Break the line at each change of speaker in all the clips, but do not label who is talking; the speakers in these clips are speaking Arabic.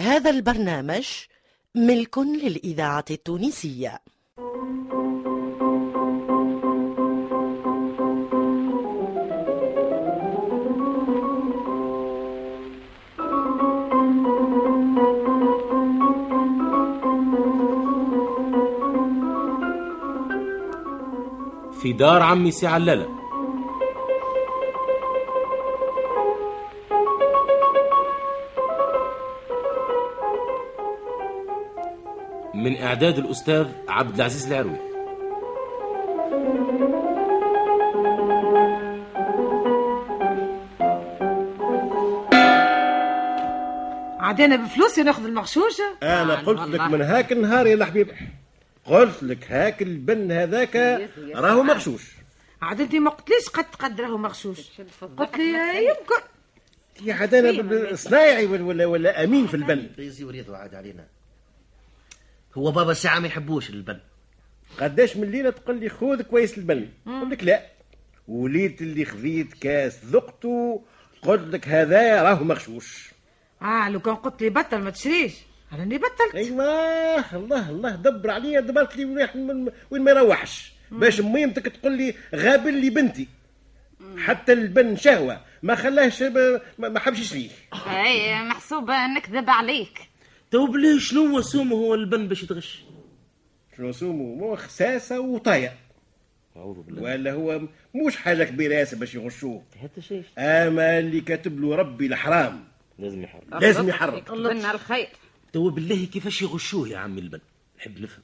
هذا البرنامج ملك للإذاعة التونسية
في دار عمي سي عللة من إعداد الأستاذ عبد العزيز العروي
عدينا بفلوسي ناخذ المغشوشة
انا
آه،
قلت لك
والله.
من هاك النهار يا الحبيب قلت لك هاك البن هذاك راهو مغشوش
عاد انت ما قلتليش قد قد راهو مغشوش قلت لي يمكن
يا عاد انا بال- صنايعي ولا- ولا ولا امين في البن
ريزي وريضوا عاد علينا هو بابا ساعة ما يحبوش البن
قداش من ليله تقول لي خذ كويس البن قلت لك لا وليت اللي خذيت كاس ذقته قلت لك هذا راهو مغشوش
اه لو كان قلت لي بطل ما تشريش راني بطلت
ايوه الله الله دبر عليا دبرت لي وين- من- وين ما يروحش باش ميمتك تقول لي غابل لي بنتي حتى البن شهوه ما خلاهش ما ما حبش يشريه
اي محسوبه نكذب عليك
تو بليه شنو سومه هو البن باش يتغش
شنو سمو مو خساسه وطايا
أعوذ بالله
ولا هو م- مش حاجه كبيره ياسر باش يغشوه
حتى شيء
اما اللي كاتب له ربي الحرام
لازم يحرم
لازم يحرم
قلنا الخير
تو بالله كيفاش يغشوه يا عمي البن نحب نفهم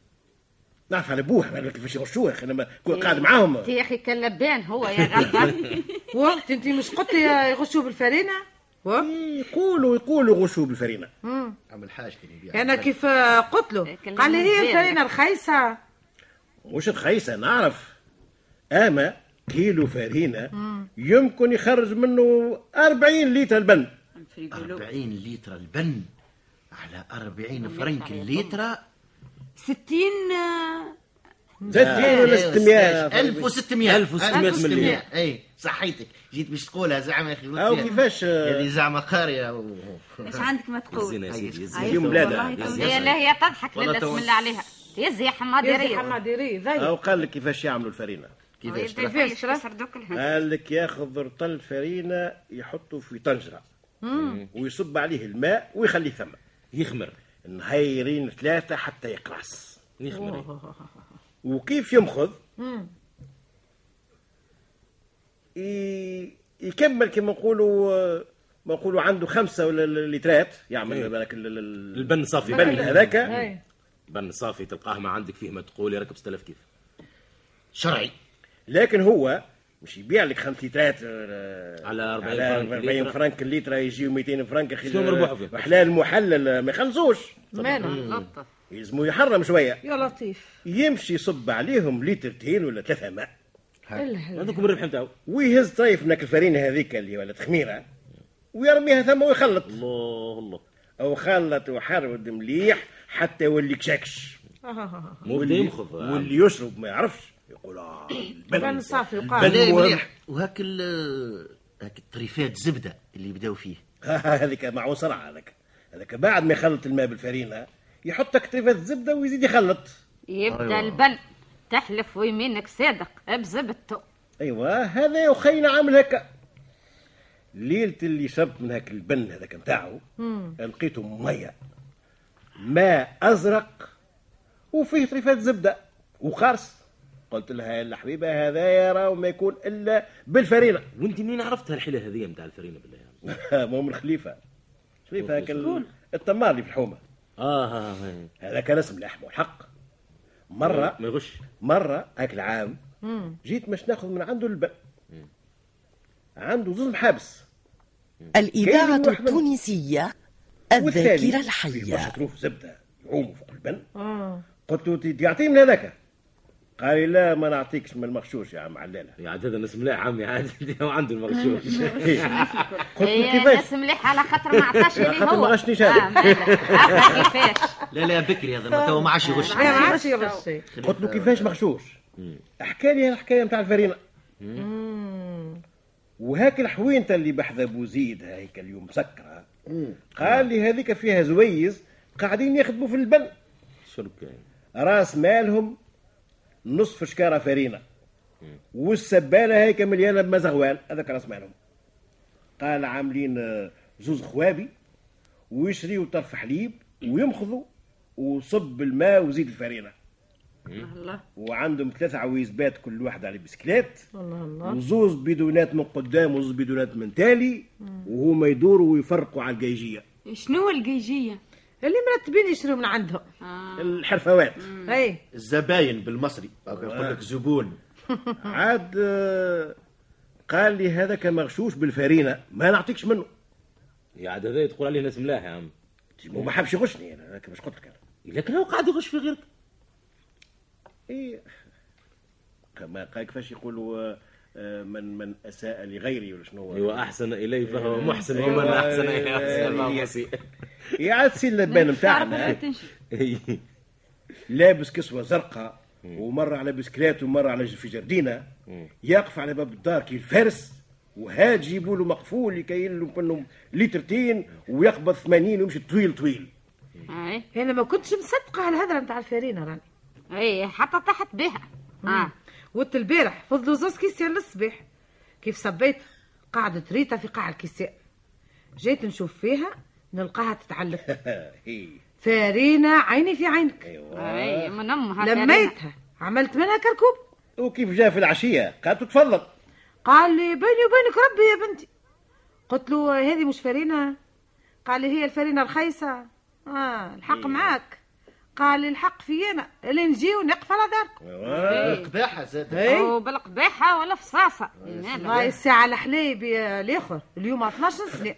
نعرف على بوه أنا كيفاش يغشوه يا اخي انا كنت قاعد معاهم إيه،
انت يا اخي كلبان هو يا غلبان
وقت انت مش قلت لي يغشوا بالفرينة وقت
يقولوا يقولوا غشوه بالفرينه
عم الحاج كان يبيع
انا كيف آه، قلت له
كلمة
قال لي هي
مزيانة.
الفرينة رخيصة
مش رخيصه نعرف اما كيلو فرينه يمكن يخرج منه 40 لتر بن
40 لتر البن على 40 فرنك الليترة
أيوة،
60 آه،
60
أيوة،
ولا 600
1600
1600 مليون.
اي إيه، صحيتك جيت باش تقولها زعما يا اخي غلطت
أو
فيها.
كيفاش، آه.
هذه زعما قاريه و...
ايش عندك ما تقول
الزينة يا سيدي الزينة.
أيوة،
يوم بلادة.
والله
يا
تو-
زين.
هي لا هي تضحك لا
والله
لا
تو-
تملى عليها يز يا
يا
حماديري
حماديري ضيق
او قال لك كيفاش يعملوا الفرينه
كيفاش
كيف؟
ترى؟
كيفاش ترى؟
يسردوك الهم
قال لك ياخذ رطل فرينه يحطه في طنجره ويصب عليه الماء ويخليه ثم
يخمر
نهيرين ثلاثه حتى يقرص
يخمر
وكيف يمخذ ي- يكمل كما نقولوا ما نقولوا عنده خمسه ولا ل- لترات
إيه.
يعمل بالك ال- ال- ال-
البن صافي
البن هذاك
أي.
بن صافي تلقاه ما عندك فيه ما تقول يا ركب 6000 كيف
شرعي
لكن هو مش يبيع لك خمس لترات آه،
على 40
على
فرنك
40
الليتر.
فرنك الليتر يجيو 200 فرنك اخي
شنو ربحوا فيه؟
حلال محلل ما يخلصوش
مانا
لطف
يلزمو يحرم شويه
يا لطيف
يمشي يصب عليهم لترتين ولا ثلاثه ماء
هذوك الربح نتاعو
ويهز طريف منك الفرينه هذيك اللي ولا خميره ويرميها ثم ويخلط
الله الله
او خلط وحرود مليح حتى يولي كشكش
آه،
مو بدا يمخذ يا عم.
واللي يشرب ما يعرفش يقول اه
بن
البن
صافي
بل-
وقال
بلاي
طيب. هو-
مليح وهاك ال- هاك الطريفات زبده اللي بداو فيه
هذيك معه سرعه هذاك هذاك بعد ما يخلط الماء بالفرينه يحط كتيفة زبده ويزيد يخلط
يبدا البن تحلف ويمينك صادق بزبدته
ايوا أيوة، هذا يا اخينا عامل هكا ليله اللي شربت من هاك البن هذاك نتاعو لقيته ميه ماء ازرق وفيه طريفات زبده وخرس قلت لها الحبيبه هذا يرى وما يكون الا بالفرينه
وانت منين عرفت هالحيله هذه نتاع الفرينه بالله يا عم؟
مو من خليفه خليفه هاك ال- التمار اللي في الحومه
اه ها، ها.
هذا كان اسم لحمه الحق مره
ما يغش
مرة هاك العام جيت باش ناخذ من عنده البن عنده زوز محابس
الإذاعة
كاين واحد-
التونسية
والثاني
الذاكرة
باش
الحية
تروف زبدة يعوموا فوق البن
آه.
قلت له تدي- يعطيه من هذاك قال لي لا ما نعطيكش من المغشوش يا عم علالة
يا عاد هذا ناس ملاح عمي عاد هو عنده المغشوش
قلت له
هي
كيفاش
ناس مليح على خاطر ما عطاش اللي
خاطر ما
هو
غشنيش هذا.
آه، مالك. عرفنا كيفاش
لا لا بكري هذا ما تو ما عادش يغش
ما عرفش يا بشي
قلت له كيفاش مغشوش احكى لي الحكايه نتاع الفرينه وهاك الحوينته اللي بحذا بوزيد هيك اليوم مسكره قال لي هذيك فيها زويز قاعدين يخدموا في البن
شرب كاين
راس مالهم نصف شكاره فرينه والسباله هيك مليانه بمزغوال هذاك راس مالهم قال عاملين آه، زوز خوابي ويشريوا طرف حليب ويمخضوا وصب الماء وزيد الفرينه
الله
وعندهم ثلاث عويزبات كل واحد على بسكليت
الله الله
وزوز بيدونات من قدام وزوز بيدونات من تالي وهما يدوروا ويفرقوا على الجيجيه
شنو القيجيه
اللي مرتبين يشروا من عندهم
الحرفوات
اي
الزباين بالمصري أو يقول لك زبون
عاد آه، قال لي هذاك مغشوش بالفرينه ما نعطيكش منه
يا عاد هذا تقول عليه ناس ملاح يا عم
وما حبش يغشني انا هكا باش قلت لك انا
لكن هو قاعد يغش في غيرك
إيه، كما قال كيفاش يقولوا آه، آه، من من اساء لغيري ولا شنو
ايوا احسن اليه أيوة، فهو محسن إيه.
أيوة.
ومن احسن اليه
أيوة.
احسن فهو مسيء
يا عاد سي اللبان نتاعنا
إيه.
لابس كسوه زرقاء ومره على بسكليت ومره على ج- في جردينه يقف على باب الدار كي الفارس وهاد جيبوا له مقفول لكي منهم لتر تين ويقبض 80 ويمشي طويل طويل
اي
انا ما كنتش مصدقه على الهضره نتاع الفرينه راني
اي حتى تحت بها اه
وقت البارح فضلوا زوز كيسان للصباح كيف صبيت قعدت ريتا في قاع الكيسان جيت نشوف فيها نلقاها تتعلق
هي.
فرينه عيني في عينك
أيوة. اي من امها كريمة.
لميتها عملت منها كركوب
وكيف جاء في العشيه قالت له تفضل
قال لي بيني وبينك ربي يا بنتي قلت له هذه مش فرينه قال لي هي الفرينه رخيصه اه الحق معاك قال لي الحق في انا اللي نجي ونقف على دارك
آه. القباحة زاد
إيه.
اي
وبالقباحه ولا فصاصه
الله الساعة الحليب يا الاخر اليوم 12 سنة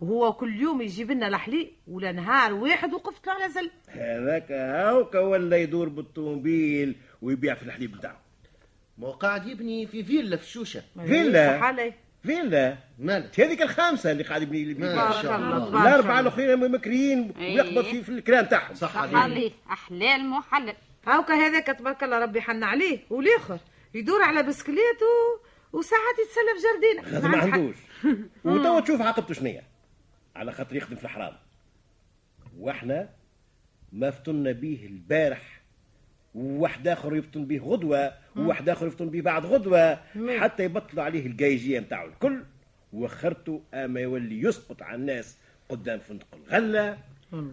وهو كل يوم يجيب لنا الحليب ولا نهار واحد وقفت له على زل
هذاك هاوكا ولا يدور بالطوموبيل ويبيع في الحليب نتاعو
ما هو قاعد يبني في فيلا في شوشة
فيلا.
صح علي
فين لا
مالك
هذيك الخامسه اللي قاعد يبني اللي
ما
بارك
شاء
الله
الله
تبارك
الاربعه
الله.
الاخرين هما مكريين ويقبض في, في الكلام تاعهم
صح عليك
عليه احلال محلل
هاوكا هذاك تبارك الله ربي حن عليه والاخر يدور على بسكليت و... وساعات يتسلى في جردينه
هذا ما عندوش وتوا تشوف عاقبته شنية على خاطر يخدم في الحرام واحنا ما فطنا بيه البارح وواحد اخر يفطن بيه غدوه وواحد اخر يفطن بيه بعد غدوه حتى يبطلوا عليه الجايجيه نتاعو الكل وخرته اما يولي يسقط على الناس قدام فندق الغله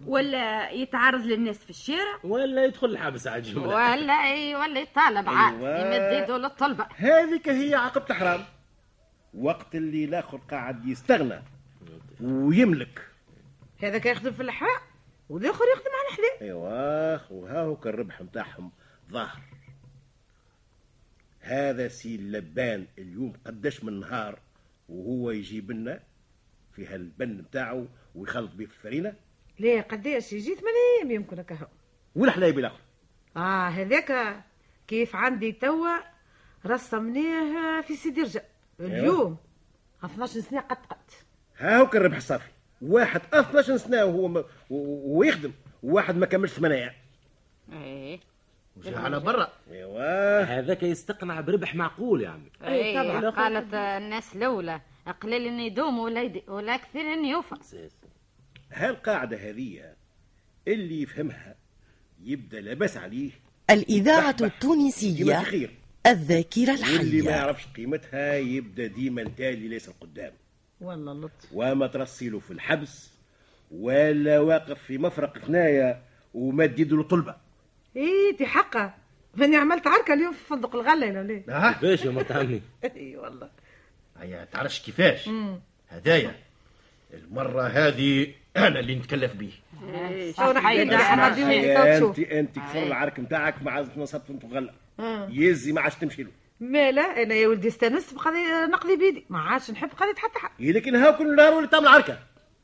ولا يتعرض للناس في الشارع
ولا يدخل الحبس على الجمله
ولا اي ولا يطالب عاد
أيوة.
يمد يده للطلبه
هذيك هي عقبة الحرام وقت اللي الاخر قاعد يستغنى ويملك
هذاك يخدم في الحرام والاخر يخدم على الحليب
أيوة، ايوا وهاو كان الربح نتاعهم ظاهر هذا سي اللبان اليوم قداش من نهار وهو يجيب لنا في هالبن نتاعو ويخلط بيه في الفرينه
ليه قداش يجي ثمان ايام يمكن هكا هو.
والحلايب الاخر
اه هذاك كيف عندي توا رسمناه في سيدي رجب اليوم 12 سنه قد قد
هاو كان الربح الصافي واحد 12 سنه وهو ما وهو يخدم واحد ما كملش ثمانية
إيه.
اي
وجا على برا
ايوا
هذاك يستقنع بربح معقول يا عمي
إيه،
اي
طبعاً.
إيه، قالت الناس الاولى قليل ان يدوم ولا يدي- ولا كثير ان
إيه،
يوفى
هالقاعده هذه اللي يفهمها يبدا لاباس عليه
الإذاعة
تحبح.
التونسية
قيمه خير
الذاكرة
واللي ما
الحية
يعرفش قيمتها يبدا ديما تالي ليس القدام
والله لطف
وما ترسيله في الحبس ولا واقف في مفرق ثنايا وما تديدوا له طلبه
ايه تي حقه ماني عملت عركه اليوم في فندق الغله ولا ليه
نعم.
ها
كيفاش يا مرت عمي
اي والله
هيا تعرفش كيفاش هدايا المرة هذه أنا اللي نتكلف بيه
إيه،
شو
إيه،
نحكي لك
اسمع،
حمادي
هي
وين
يا
تشوف
انت انت كفر العرك نتاعك مع نصب في غله يزي ما عادش تمشي له
مالا انا يا ولدي استانست بقضي نقضي بيدي ما عادش نحب قضية حتى حق
إيه لكن ها كل نهار ولا تعمل عركه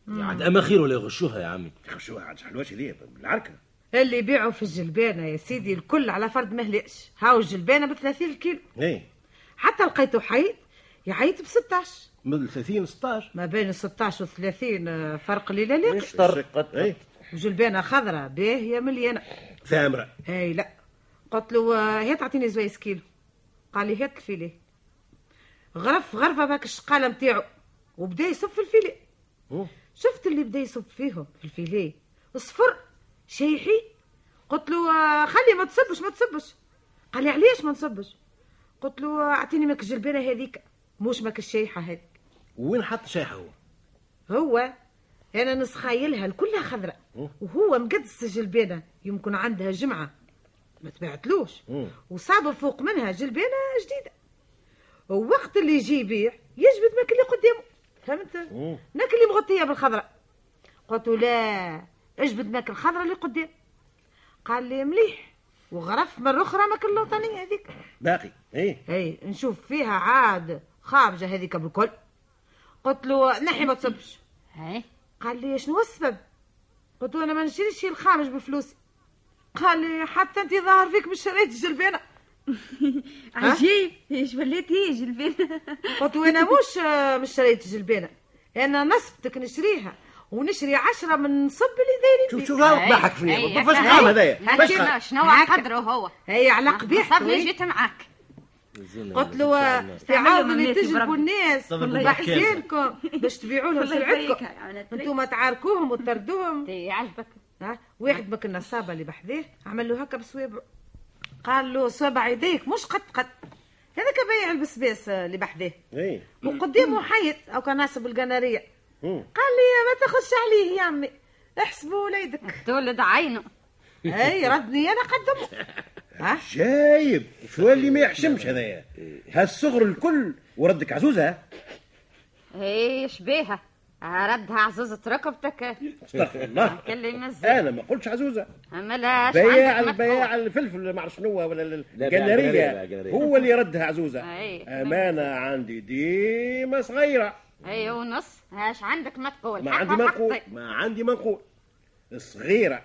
يا عاد اما خير ولا يغشوها يا عمي
شو عاد حلواش هذه العركه
اللي يبيعوا في الجلبانه يا سيدي الكل على فرد مهلاش هاو الجلبانه ب 30 كيلو
ايه
حتى لقيته حيد يعيط ب 16
من 30 16
ما بين ال 16 و 30 فرق ليله
إيه.
لا
طرقت ايه
جلبانه خضراء باهيه مليانه
ثامره
هاي لا قلت له آه، هي تعطيني زويس كيلو قال لي هات الفيلي غرف غرفه باك الشقاله نتاعو وبدا يصف الفيلي شفت اللي بدا يصب فيهم في الفيليه صفر شيحي قلت له آه، خلي ما تصبش ما تصبش قال لي علاش ما نصبش قلت له آه، اعطيني ماك الجلبانه هذيك مش ماك الشيحه هذيك
وين حط شايحه هو
هو انا نسخايلها الكلها خضراء وهو مقدس الجلبانه يمكن عندها جمعه ما تبعتلوش وصاب فوق منها جلبانه جديده ووقت اللي يجي يبيع يجبد ماك اللي قدامه فهمت
مم.
ماك اللي مغطيه بالخضراء قلت له لا اجبد ماك الخضراء اللي قدام قال لي مليح وغرف مره اخرى ماك اللوطانيه هذيك
باقي ايه
اي نشوف فيها عاد خابجه هذيك بالكل قلت له نحي ما تصبش
إيه.
هاي
قال لي شنو السبب قلت له انا ما نشريش شي الخامج بفلوسي قال لي حتى انت ظاهر فيك مش شريت الجلبانه
عجيب ايش وليت هي جلبين
قلت له انا مش مش شريت الجلبانه انا نسبتك نشريها ونشري عشرة من صب اللي
شوف
دايرين
شوف
فيه
راهو ضحك
إيه.
فيا ما فاش غرام هذايا فاش غرام.
هكا شنو قدره هو
هي على
صبري
قبيحته
جيت معاك
قلت له تعاونوا اللي
بناتي
تجلبوا
بربي.
الناس
صبر الله
بحسينكم باش تبيعوا لهم
والله يبارك
سلعتكم
يا عونت لك.
انتم تعاركوهم وتردوهم
تي عجبك
ها واحد مك النصابة اللي بحذاه عمل له هكا بصوابعه قال له صوابع يديك مش قد قد هذاك بايع البسباس آه، اللي بحذاه
ايه
وقدامه حيط او كان ناصب القنارية
مم.
قال لي ما تاخذش عليه يا عمي احسبوا وليدك
تولد عينه
اي ردني انا قدمه ها
جايب شو اللي ما يحشمش هذايا هالصغر الكل وردك عزوزه
ايه شبيها ردها عزوزة ركبتك
استغفر الله
كلي مزي
انا ما قلتش عزوزه
اما لا
بياع البياع الفلفل ما اعرف شنو هو ولا
لا، بياع الجنرية، بياع
القناريه
الجنرية.
هو اللي ردها عزوزه
أي.
امانه عندي ديما صغيره
اي ونص هاش عندك ما تقول
ما
حق
عندي ما
حقي.
نقول ما عندي ما نقول صغيره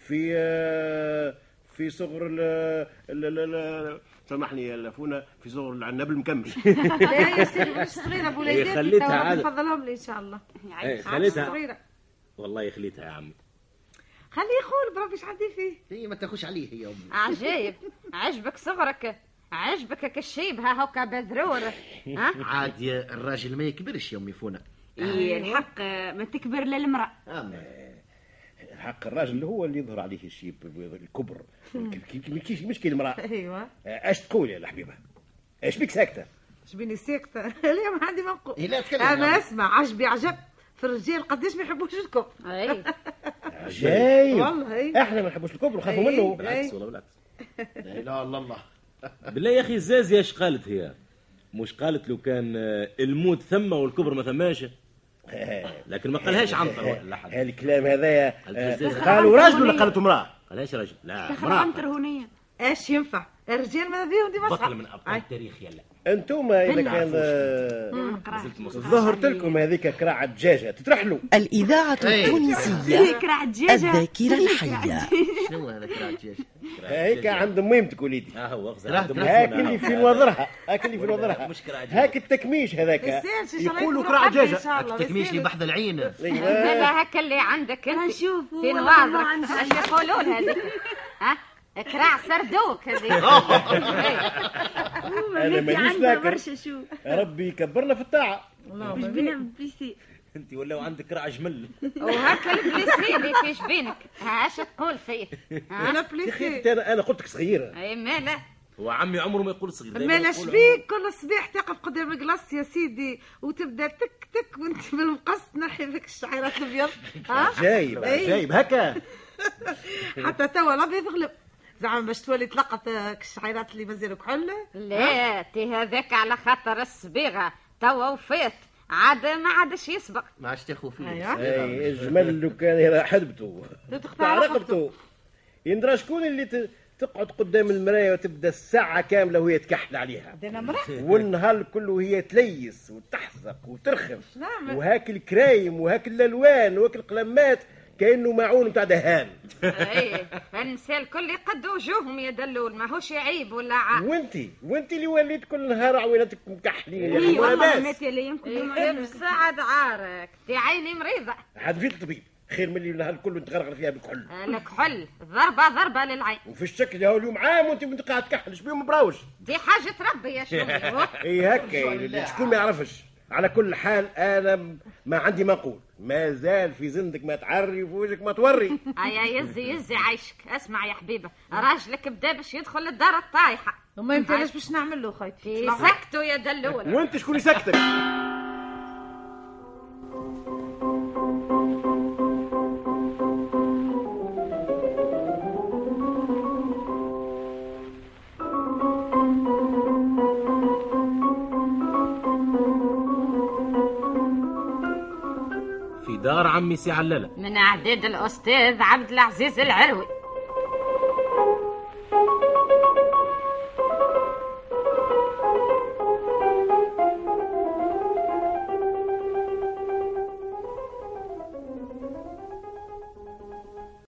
في آه، في صغر ال ال- ال- ال- سامحني يا لافونا في صغر العنب المكمل
لا يا سيدي مش صغيره
إيه،
بوليداتي
خليتها
توا
عادة.
نفضلهم لي ان شاء الله
إيه،
عادة
خليتها
صغيره
والله يخليتها يا عمي
خليه يقول بربي ايش عندي فيه
هي ما تاخوش عليه هي امي
عجيب عجبك صغرك عجبك كشيب ها هكا بذرور ها
عاد يا الراجل ما يكبرش يا امي فونا
أيوه.
إيه الحق آه، ما تكبر للمرأة
اما
حق الراجل هو اللي يظهر عليه الشيب الكبر مش مش كي المراه
ايوه
اش تقول يا الحبيبه اش بك ساكته
شبيني ساكته لا ما عندي ما نقول
إيه، لا تكلم يا
انا
عمي.
اسمع عجبي عجب في الرجال قداش ما يحبوش الكبر
اي
جاي
والله إيه.
احنا ما نحبوش الكبر ونخافوا
إيه.
منه
بالعكس والله بالعكس
لا اله الا الله
بالله يا اخي الزازية اش قالت هي مش قالت لو كان آه، الموت ثم والكبر ما ثماش لكن ما قالهاش عنتر ولا حد
هالكلام هذايا
قالت
آه،
الزازة.
قالوا راجل ولا قالت امراه
قالهاش رجل لا
دخل
امرأة
عنتر
قالت.
هونية
ايش ينفع الرجال ماذا فيهم ديما
بطل
صعب
من ابطال التاريخ يلا
انتم اذا
بلى.
كان آه، ظهرت لكم هذيك كراعه دجاجه تترحلوا
الإذاعة
إيه.
التونسية
ذكرى عجاجة
الذاكرة الحية
شنو هذا كراجيش
هيك عند ميمتك وليدي
ها آه، هو اغزر
لا،
عندهم
لا.
هاك
هاك
هنا.
اللي في نظرها هاك اللي في
ولا
نظرها
مش كراعة دجاجة.
هاك التكميش هذاك
يسالش إن شاء الله يكونوا
يقولوا كراعه
قبل إن
دجاجه
شاء الله، ما
التكميش اللي
يسالوا.
بحد العين
أيوة.
هذا هكا اللي عندك انت
نشوفوا
فين
والله
وعظك
ما عندي.
اش يقولون هذيك ها كراع سردوك إيه. هذيك
أنا
أنا
مانيش
عندها
ذاكر.
برشا شو
ربي يكبرنا في الطاعه
مش بينا بيسي
انت ولا عندك كراعة جمل
وهكا البليسيبي في جبينك ها اش تقول فيه إيه،
انا
ها
يا اخي
بليسي
أنت- انا انا قلتك صغيره
اي مالا
وعمي عمره ما يقول صغير دايما
مالا
يقول
شبيك كل صباح تقف قدام القلاص يا سيدي وتبدا تك تك وانت بالمقص تنحي ذاك الشعيرات الابيض ها
جايب
إيه.
جايب هكا
حتى توا الابيض غلب زعما باش تولي تلقط هاك الشعيرات اللي مازالوا كحل
لا تي هذاك على خاطر الصبيغه توا وفات عاد ما عادش يسبق
ما عادش تاخو فيه
أيوة.
إيه. اي الجمل لو كان يرى حدبته
تقطع
تاع
رقبته
رقبته يندرى شكون اللي ت- تقعد قدام المرايه وتبدا الساعه كامله وهي تكحل عليها
هذا مرأة
والنهار كله وهي تليس وتحزق وترخف
نعم.
وهاك الكرايم وهاك الالوان وهاك القلمات كانه معون بتاع دهان
ايه النساء الكل يقدوا وجوههم يا دلول ماهوش عيب ولا عيب
وانتي وانتي اللي وليت كل نهار عويلتك مكحلين يا
اي
أخي، ولا
والله
باس
مات يا ليم كل يوم
يخدم
عندنا.
سعد إيه، عارك تي عيني مريضه
عاد جيت الطبيب خير من اللي النهار كله تغرغر فيها بالكحل
لك حل ضربه ضربه للعين
وفي الشكل يا اليوم عام وانت بنت قاعد تكحل شبيه مبراوش
دي حاجه ربي يا شومي
اي هكا إيه، شكون ما يعرفش على كل حال انا م- ما عندي ما نقول ما زال في زندك ما تعري وفي وجهك ما توري
ايا يزي يزي عايشك اسمع يا حبيبه راجلك بدا باش يدخل الدار الطايحه
وما يمتلاش باش نعمل له خايتي
في سكتوا يا دلول
وانت شكون يسكتك
في دار عمي سي علله
من اعداد الاستاذ عبد العزيز العروي